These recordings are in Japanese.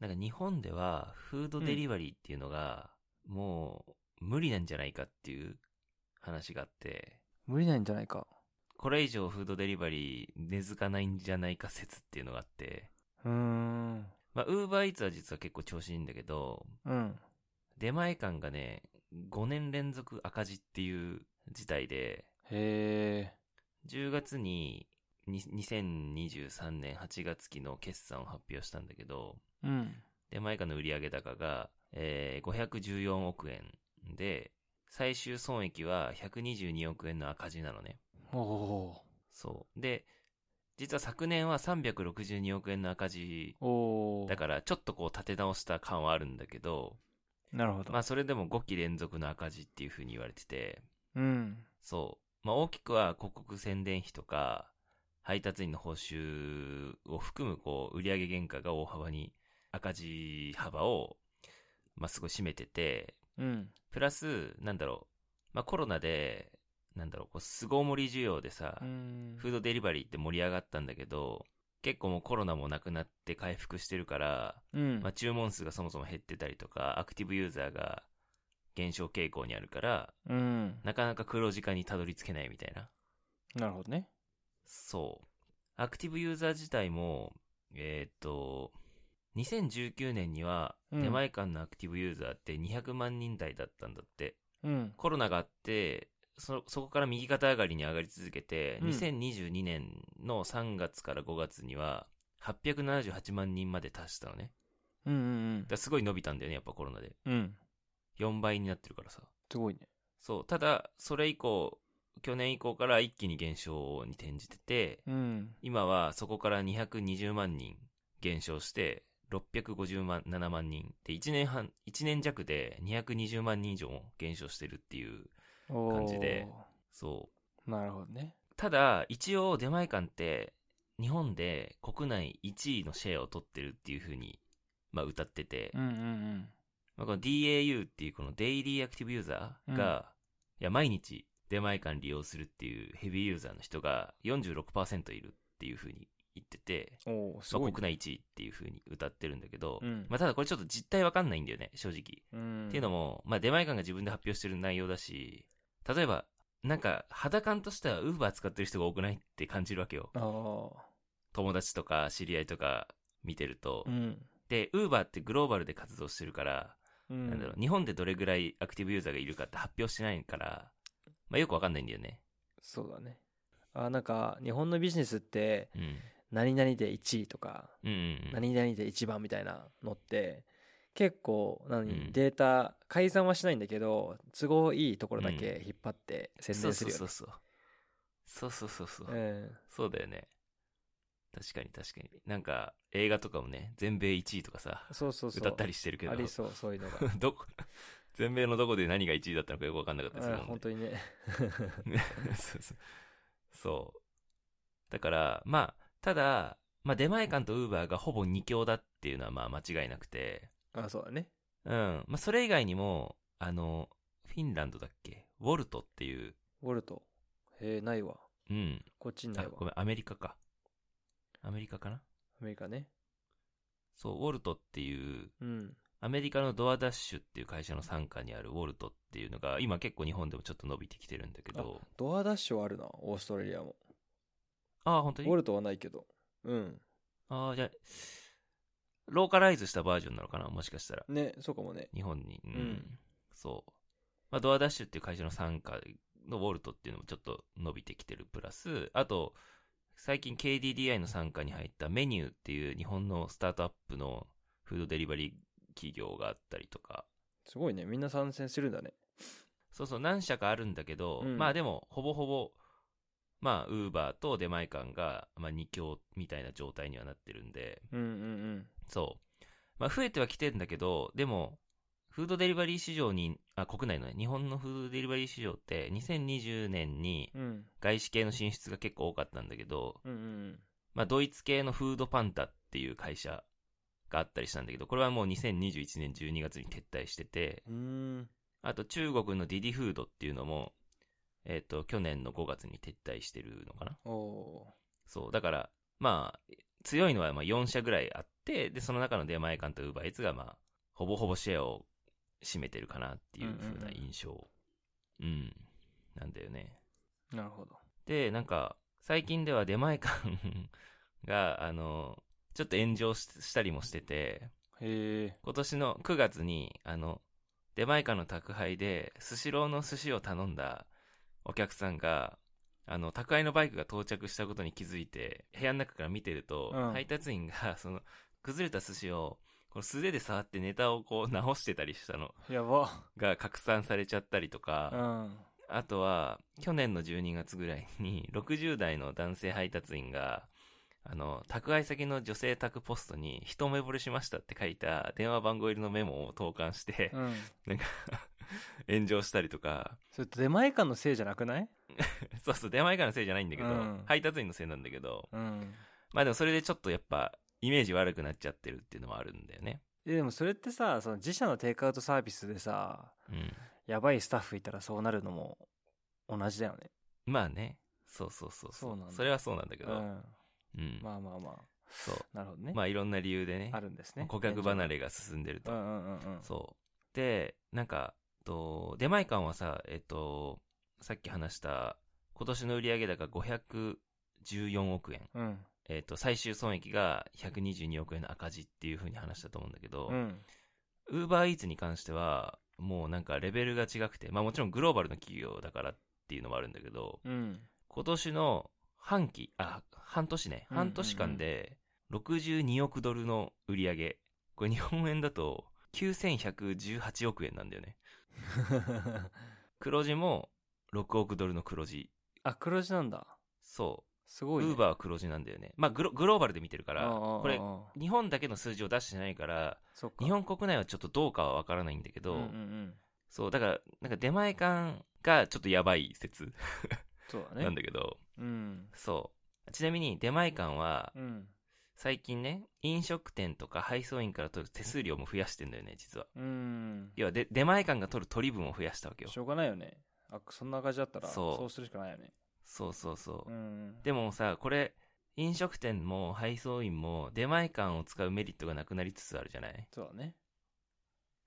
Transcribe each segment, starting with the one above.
なんか日本ではフードデリバリーっていうのが、もう無理なんじゃないかっていう話があって、無理なんじゃないか。これ以上フードデリバリー根付かないんじゃないか説っていうのがあって、うーん。まあ、ウーバーイーツは実は結構調子いいんだけど、うん。出前館がね、5年連続赤字っていう事態で、へえ。 10月にに2023年8月期の決算を発表したんだけど、うん。出前館の売上高が、えー514億円で、最終損益は122億円の赤字なのね。おおそう。で、実は昨年は362億円の赤字ー。おお。だからちょっとこう立て直した感はあるんだけど、なるほど。まあそれでも5期連続の赤字っていう風に言われてて、うん。そう。まあ大きくは広告宣伝費とか、配達員の報酬を含むこう売上原価が大幅に赤字幅を、まあすごい占めてて、うん。プラス、なんだろう、まあコロナで、なんだろう、こう凄盛り需要でさ、うん。フードデリバリーって盛り上がったんだけど、結構もうコロナもなくなって回復してるから、うんまあ、。注文数がそもそも減ってたりとか、アクティブユーザーが減少傾向にあるから、うん。なかなか黒字化にたどり着けないみたいな。なるほどね。そう。アクティブユーザー自体も、えーっと、2019年には、うん出前館のアクティブユーザーって200万人台だったんだって。うん。コロナがあって、そ、そこから右肩上がりに上がり続けて、うん2022年の3月から5月には、878万人まで達したのね。うんうんだからすごい伸びたんだよね、やっぱコロナで。うん。うん。 4倍になってるからさ。すごいね。そう。ただ、それ以降、去年以降から一気に減少に転じてて、うん。今はそこから220万人減少して、657万7万人。で、1年半、1年弱で220万人以上も減少してるっていう、おー感じで。そう。なるほどね。ただ、一応出前館って、日本で国内1位のシェアを取ってるっていう風に、まあ歌ってて、うんうんまあ、この DAU っていうこのデイリーアクティブユーザーが、いや、毎日出前館利用するっていうヘビーユーザーの人が46%いるっていう風に言ってて、うん。おおすまごあ、いね。国内1位っていう風に歌ってるんだけど、うんまあただこれちょっと実態わかんないんだよね、正直。うん。っていうのも、まあ、出前館が自分で発表してる内容だし、例えば、なんか、肌感としては Uber 使ってる人が多くないって感じるわけよ。も。あ友達とか知り合いとか見てると。あ。うん。で、Uber ってグローバルで活動してるから、うん。なんだろう、日本でどれぐらいアクティブユーザーがいるかって発表してないから、まあ、よくわかんないんだよね。そうだね。あーなんか、日本のビジネスって、うん。何々で1位とか、うんうんうん。何々で一番みたいなのって結構何、うんデータ改ざんはしないんだけど都合いいところだけ引っ張って宣そう伝すそうるよそねうそう。そうそうそうそう。うんそうだよね。確かに確かに。なんか、映画とかもね、全米1位とかさ、そうそうそう歌ったりしてるけど。ありそうそうい うのがどこ、全米のどこで何が1位だったのかよくわかんなかったですうんるもん本当にねね そうそう。そう。だから、まあ、ただ、まあ、出前館とウーバーがほぼ二強だっていうのはまあ間違いなくて、あそうだねうん。まあ、それ以外にも、あの、フィンランドだっけウォルトっていう、ウォルトへえないわうん。こっちになあい、わごめん、アメリカか。アメリカかなアメリカねそう、ウォルトっていう、うんアメリカのドアダッシュっていう会社の傘下にあるウォルトっていうのが、今結構日本でもちょっと伸びてきてるんだけど、ドアダッシュはあるなオーストラリアもああ、本当ウにォルトはないけどうんああ、じゃあ、ローカライズしたバージョンなのかなもしかしたら。ねそうかもね日本に。うん。うんそう。まあ、ドアダッシュっていう会社の傘下のウォルトっていうのもちょっと伸びてきてるプラス、あと、最近 KDDI の傘下に入ったメニューっていう日本のスタートアップのフードデリバリー企業があったりとか、すごいねみんな参戦するんだねそうそう何社かあるんだけど、うんまあでもほぼほぼ、まあウーバーと出前館が、まあ二強みたいな状態にはなってるんで、うんうんそう。まあ、増えてはきてんだけど、でも、フードデリバリー市場に、あ、国内のね、日本のフードデリバリー市場って、2020年にうんうん外資系の進出が結構多かったんだけど、うんうんまあ、ドイツ系のフードパンタっていう会社があったりしたんだけど、これはもう2021年12月に撤退してて、うんうあと中国のディディフードっていうのも、えっ、と、去年の5月に撤退してるのかなーんおーそう。だから、まあ、強いのはまあ4社ぐらいあって、で、その中の出前館とウーバーイーツが、まあ、ほぼほぼシェアを占めてるかなっていう風な印象。うんなんだよね。なるほど。で、なんか、最近では出前館 が、あの、ちょっと炎上ししたりもしてて、へえ。今年の9月に、あの、出前館の宅配で、スシローの寿司を頼んだお客さんが、あの、宅配のバイクが到着したことに気づいて、部屋の中から見てると、うん配達員が、その、崩れた寿司を、この素手で触ってネタをこう直してたりしたのやば。が拡散されちゃったりとか、うん。あとは、去年の12月ぐらいに、60代の男性配達員が、あの、宅配先の女性宅ポストに、一目惚れしましたって書いた電話番号入りのメモを投函して、うん。 炎上したりとか、それ出前館のせいじゃなくないそうそう、出前からのせいじゃないんだけど、うん配達員のせいなんだけど、うん。まあでもそれでちょっとやっぱ、イメージ悪くなっちゃってるっていうのもあるんだよね。えでもそれってさ、その自社のテイクアウトサービスでさ、うん。やばいスタッフいたらそうなるのも同じだよね。まあね、そうそうそうそう。そうなんだれはそうなんだけうど、うん。ん。まあまあまあ。そう。なるほどね。まあいろんな理由でねあ、るんですね。顧客離れが進んでるとう。んうんうんうん。そう。で、なんか、と出前館はさ、えっと、さっき話した、今年の売上高514億円。うん。えっと、最終損益が122億円の赤字っていう風に話したと思うんだけどう、ん。ウーバーイーツに関しては、もうなんかレベルが違くて、まあもちろんグローバルの企業だからっていうのもあるんだけど、 うん。今年の半期、あ、半年ね、うんうんうん半年間で62億ドルの売り上げ。これ日本円だと9118億円なんだよね。黒字も6億ドルの黒字。あ、黒字なんだ。そすう。ごウい、ね。ーバーは黒字なんだよね。まあグロ、グローバルで見てるから、ああああこれあ、あ日本だけの数字を出してないから、そっか日本国内はちょっとどうかはわからないんだけど、うんうんうん、そう、だから、なんか出前館がちょっとやばい説そうだね。なんだけど、うん。そう。ちなみに出前館は、うん。最近ね、飲食店とか配送員から取る手数料も増やしてんだよね、実は。うん。要はで、出前館が取る取り分を増やしたわけよし。ょうがないよね。あ、そんな感じだったら、そうそうするしかないよね。そうそうそうう。ん。でもさ、これ、飲食店も配送員も出前館を使うメリットがなくなりつつあるじゃないそうだね。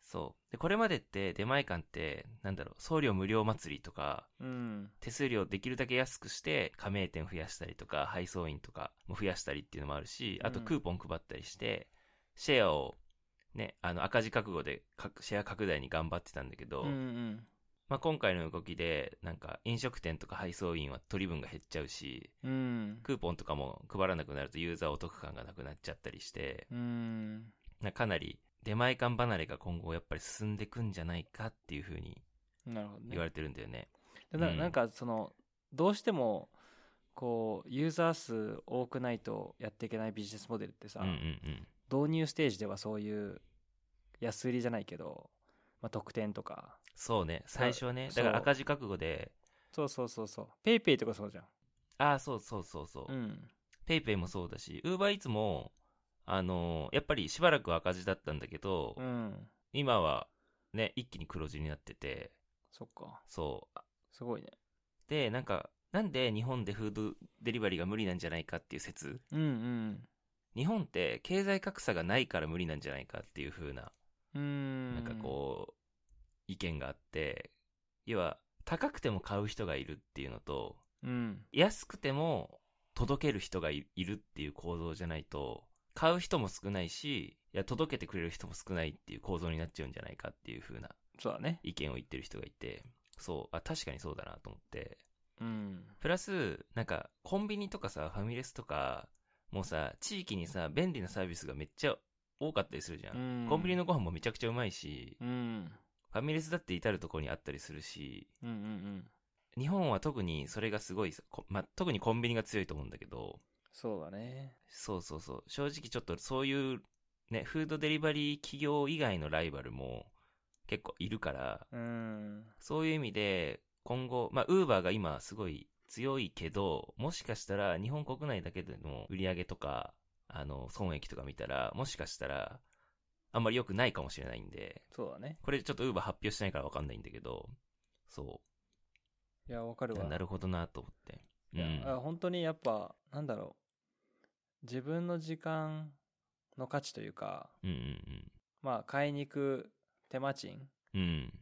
そう。で、これまでって出前館って、なんだろう、送料無料祭りとか、うん。手数料できるだけ安くして、加盟店増やしたりとか、配送員とかも増やしたりっていうのもあるし、あとうんクーポン配ったりして、シェアを、ね、あの赤字覚悟でかシェア拡大に頑張ってたんだけど、うんうん。まあ、今回の動きで、なんか飲食店とか配送員は取り分が減っちゃうし、うん。クーポンとかも配らなくなるとユーザーお得感がなくなっちゃったりして、うん。なかなり出前館離れが今後やっぱり進んでくんじゃないかっていうふうになるほどね。言われてるんだよね。でなうんなんかそのどうしてもこうユーザー数多くないとやっていけないビジネスモデルってさ、うんうん導入ステージではそういう安売りじゃないけど、まあ、特典とかそうね、最初はね、そだうから赤字覚悟で、そうそうそうそうペイペイとかそうじゃんああ、そうそうそうそうう。んペイペイもそうだし、ウーバーイーツも、あのーやっぱりしばらくは赤字だったんだけど、うん今はね、一気に黒字になってて、そっかそう、すごいねで、なんか、なんで日本でフードデリバリーが無理なんじゃないかっていう説うんうん日本って経済格差がないから無理なんじゃないかっていう風な、うんなんかこう、意見があって、要は、高くても買う人がいるっていうのと、ううん安くても届ける人がいいるっていう構造じゃないと、買う人も少ないし、いや、届けてくれる人も少ないっていう構造になっちゃうんじゃないかっていう風なそうだね意見を言ってる人がいて、そう、あ、確かにそうだなと思って、うんプラス、なんか、コンビニとかさ、ファミレスとか、もうさ、地域にさ、便利なサービスがめっちゃ多かったりするじゃん。うんコンビニのご飯もめちゃくちゃうまいし、うんファミレスだって至るところにあったりするし、うんうんうん日本は特にそれがすごいさ、こまあ、特にコンビニが強いと思うんだけど、そうだねそうそうそう、正直ちょっとそういう、ね、フードデリバリー企業以外のライバルも結構いるから、うんそういう意味で、今後、まあ、ウーバーが今すごい強いけど、もしかしたら日本国内だけでの売り上げとか、あの、損益とか見たら、もしかしたら、あんまり良くないかもしれないんで、そうだねこれちょっとウーバー発表してないからわかんないんだけど、そいやわかう、るわなるほどなと思って。いや、あ本当にやっぱなんだろ自分の時間の価値というか、うんまあ、買いに行く手間賃うんうん。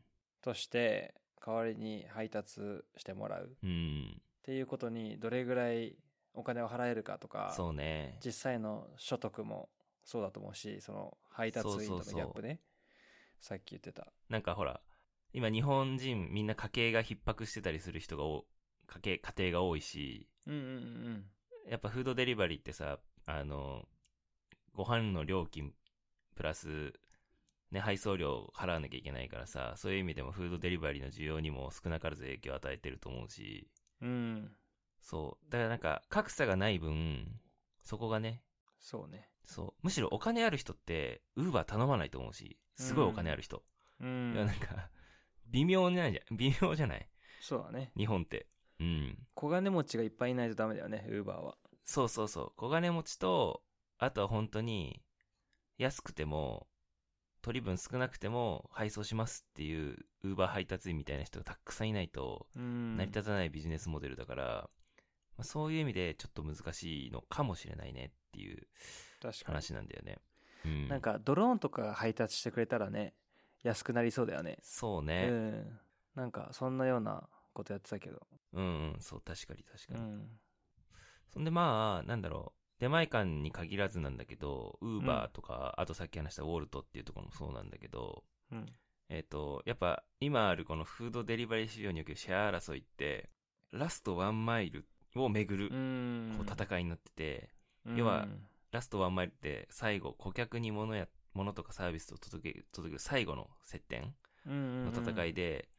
として、代わりに配達してもらうっうん。うん。ていうことに、どれぐらいお金を払えるかとか、そうね。実際の所得もそうだと思うし、その配達員とそのうギそうそうャップね。さっき言ってた。なんかほら、今日本人みんな家計が逼迫してたりする人がお、家計、家庭が多いし、うんうんうんやっぱフードデリバリーってさ、あの、ご飯の料金プラス、ね、配送料払わなきゃいけないからさ、そういう意味でもフードデリバリーの需要にも少なからず影響を与えてると思うし、うん。うん。そう。だからなんか、格差がない分、そこがね、そうね。そう。むしろお金ある人って、ウーバー頼まないと思うし、すごいお金ある人。ういや、んなん。か、微妙じゃないじゃん。微妙じゃないそうだね。日本って。うん。小金持ちがいっぱいいないとダメだよね、ウーバーは。そうそうそう。小金持ちと、あとは本当に、安くても、取り分少なくても配送しますっていう、ウーバー配達員みたいな人がたくさんいないと、うん。成り立たないビジネスモデルだから、まあ、そういう意味でちょっと難しいのかもしれないねっていう確かに。話なんだよね。うん。なん、か、ドローンとかが配達してくれたらね、安くなりそうだよね。そううね。ん。なんか、そんなようなことやってたけど。うん、うん、そう、確かに確かに。うん。そんでまあ、なんだろう。出前館に限らずなんだけど、ウーバーとか、あとさっき話したウォルトっていうところもそうなんだけど、うん。えっ、と、やっぱ今あるこのフードデリバリー市場におけるシェア争いって、ラストワンマイルをめぐるうこんう。戦いになってて、うん要は、ラストワンマイルって最後顧客に物や、物とかサービスを届け、届ける最後の接点のの戦い。で、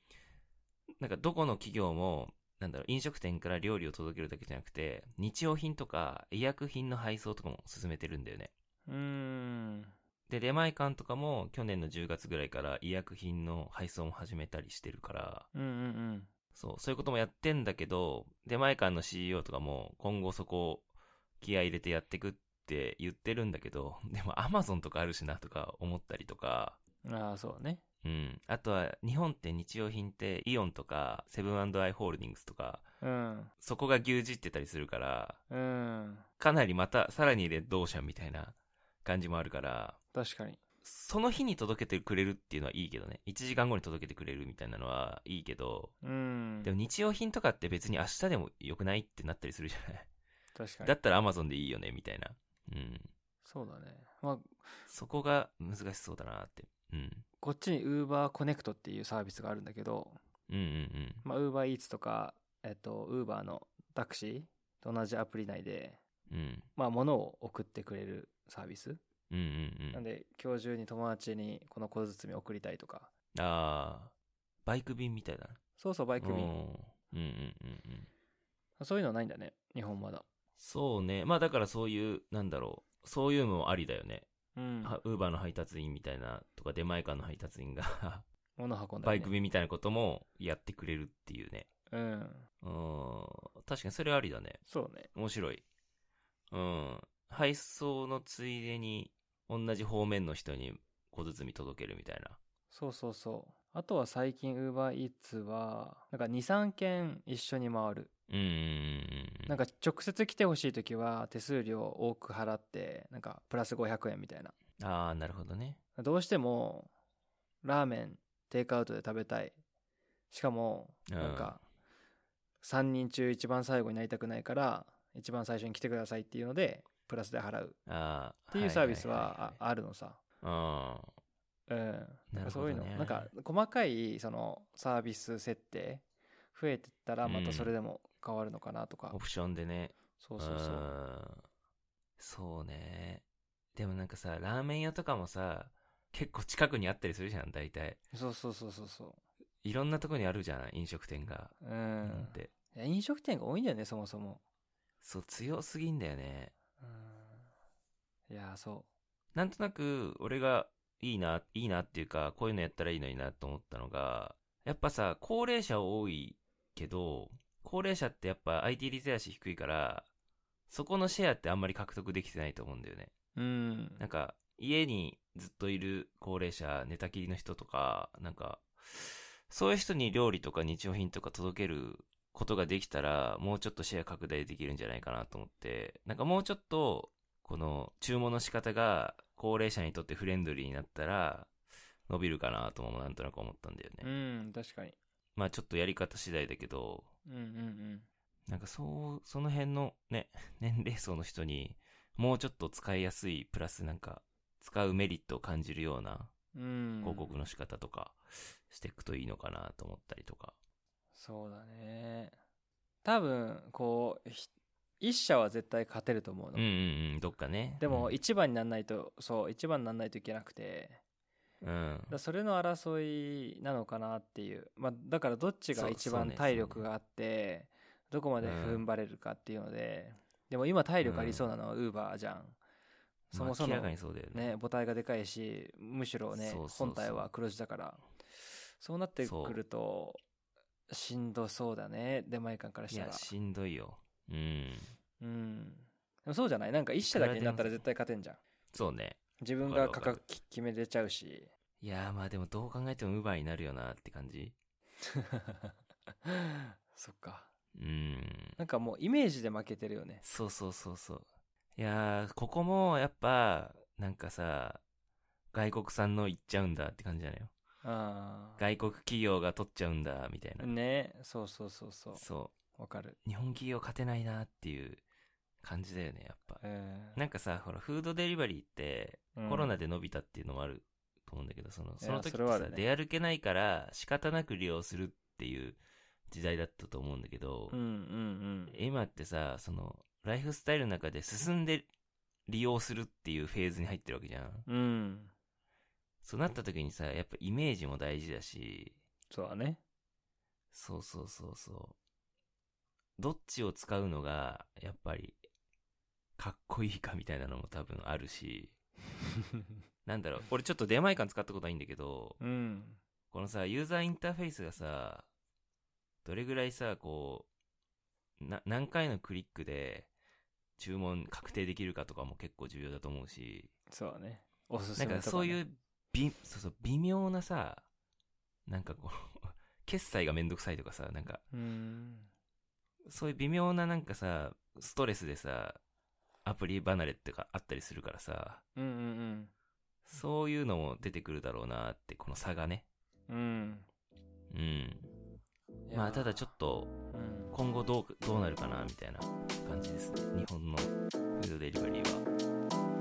なんかどこの企業も、なんだろう、飲食店から料理を届けるだけじゃなくて、日用品とか医薬品の配送とかも進めてるんだよね。うん。で、出前館とかも去年の10月ぐらいから医薬品の配送も始めたりしてるから、うんうんうん。そう、そういうこともやってんだけど、出前館の CEO とかも今後そこを気合い入れてやってくって言ってるんだけど、でも Amazon とかあるしなとか思ったりとか、ああ、そうね。うん。あとは日本って日用品ってイオンとかセブンアイ・ホールディングスとか、うん。そこが牛耳ってたりするから、うん。かなりまたさらに連動者みたいな感じもあるから、確かに。その日に届けてくれるっていうのはいいけどね。1時間後に届けてくれるみたいなのはいいけど、うん。でも日用品とかって別に明日でも良くないってなったりするじゃない。確かだに。ったら Amazon でいいよね、みたいな。うん。そうだね。まあ、そこが難しそうだなって。うん。こっちに Uber Connect っていうサービスがあるんだけど、うんうんまあ、Uber Eats とか、えっと、Uber のタクシーと同じアプリ内で、うん。うん。まあ、物を送ってくれるサービス。うんうんうなんん。で、今日中に友達にこの小包送りたいとか。ああ、バイク便みたいだな。そうそう、バイク便。うんうんうんうん。そういうのはないんだね。日本まだ。そうね。まあだからそういう、なんだろう。そういうのもありだよね。うん。ウーバーの配達員みたいな、とか出前館の配達員が、 物運んだバりイねク便みたいなこともやってくれるっていうね。うん。うん。確かにそれありだね。そうね。面白い。うん。配送のついでに、同じ方面の人に小包届けるみたいな。そうそうそう。あとは最近 Uber Eats は、なんか2、3件一緒に回る。うんうんうん。なんか、か直接来てほしいときは手数料多く払って、なんかプラス500円みたいな。ああ、なるほどね。どうしても、ラーメン、テイクアウトで食べたい。しかも、うんなんか、3人中一番最後になりたくないから、一番最初に来てくださいっていうので、プラスで払うああ。っていうサービスいいはいああるのさ。はうん。いなるほそうどいねうの。なんか、細かい、その、サービス設定、増えてったら、またそれでも変わるのかなとかうん。オ。プションでね。そうそうそう。んそうね。でもなんかさ、ラーメン屋とかもさ、結構近くにあったりするじゃん、大体。そうそうそうそうそいろんなとこにあるじゃん、飲食店が。う。う。うんで。いや飲食店が多いんだよね、そもそも。そう、強すぎんだよね。うん。いや、そう。なんとなく、俺がいいな、いいなっていうか、こういうのやったらいいのになと思ったのが、やっぱさ、高齢者多いけど、高齢者ってやっぱ IT リテラシー低いから、そこのシェアってあんまり獲得できてないと思うんだよね。うん。なんか、家にずっといる高齢者、寝たきりの人とか、なんか、そういう人に料理とか日用品とか届けることができたら、もうちょっとシェア拡大できるんじゃないかなと思って、なんかもうちょっと、この注文の仕方が高齢者にとってフレンドリーになったら伸びるかなともなんとなく思ったんだよね。うん、確かに。まあちょっとやり方次第だけど、うんうんなんかそう、その辺のね、 年齢層の人にもうちょっと使いやすいプラスなんか使うメリットを感じるようなうん。うん。広告の仕方とかしていくといいのかなと思ったりとか。そうだね。多分、こう、ひ一社は絶対勝てると思うの。うんうんうん、どっかね。でも、うん、一番にならないと、そう、一番にならないといけなくて、うんだそれの争いなのかなっていう。まあ、だからどっちそがう一そう番ね体力があって、どこまで踏ん張れるかっていうので、でも今体力ありそうなのはウーバーじゃん。そもそまあ明らもかにそうだよね。ね、母体がでかいし、むしろそねうそうそう本体は黒字だから。そうなってくると、しんどそうだね、出前館からいしたや、ら。しんどいよ。うん。うん。でもそうじゃないなんか一社だけになったら絶対勝てんじゃん。そうね。自分が価格き決めれちゃうし。 いやーまあでもどう考えてもウーバーになるよなって感じ。そっか。うん。なんかもうイメージで負けてるよね。そうそうそうそう。いやー、ここもやっぱ、なんかさ、外国産の行っちゃうんだって感じじゃないよ。あ外国企業が取っちゃうんだ、みたいあ。な。ね、そうそうそうそう。そわかる。う。日本企業勝てないなっていう感じだよね、やっぱ。えなんかさ、ほら、フードデリバリーって、ーコロナで。で伸びたっていうのもあると思うんだけど、その、その時ってそれはあさ、るね出歩けないから仕方なく利用するっていう時代だったと思うんだけど、うんうん今ってさ、その、ライフスタイルの中で進んで利用するっていうフェーズに入ってるわけじゃん。うん。うん。そうなった時にさ、やっぱイメージも大事だし、そうだね。そうそうそうそう。どっちを使うのが、やっぱり、かっこいいかみたいなのも多分あるし、なんだろう、俺ちょっと出前感使ったことないんだけど、うん。このさ、ユーザーインターフェースがさ、どれぐらいさ、こう、な、何回のクリックで注文確定できるかとかも結構重要だと思うし、そうだね。おすすなんめとか、ね。かそういう、び、そうそう、微妙なさ、なんかこう、 決済がめんどくさいとかさ、なんか、うん。そういう微妙ななんかさ、ストレスでさ、アプリ離れってかあったりするからさ、うんうんそういうのも出てくるだろうなって、この差がね。うん。うん。うん。まあ、ただちょっっと、と、うん今後どうどうなるかなみたいな感じですね日本のフードデリバリーは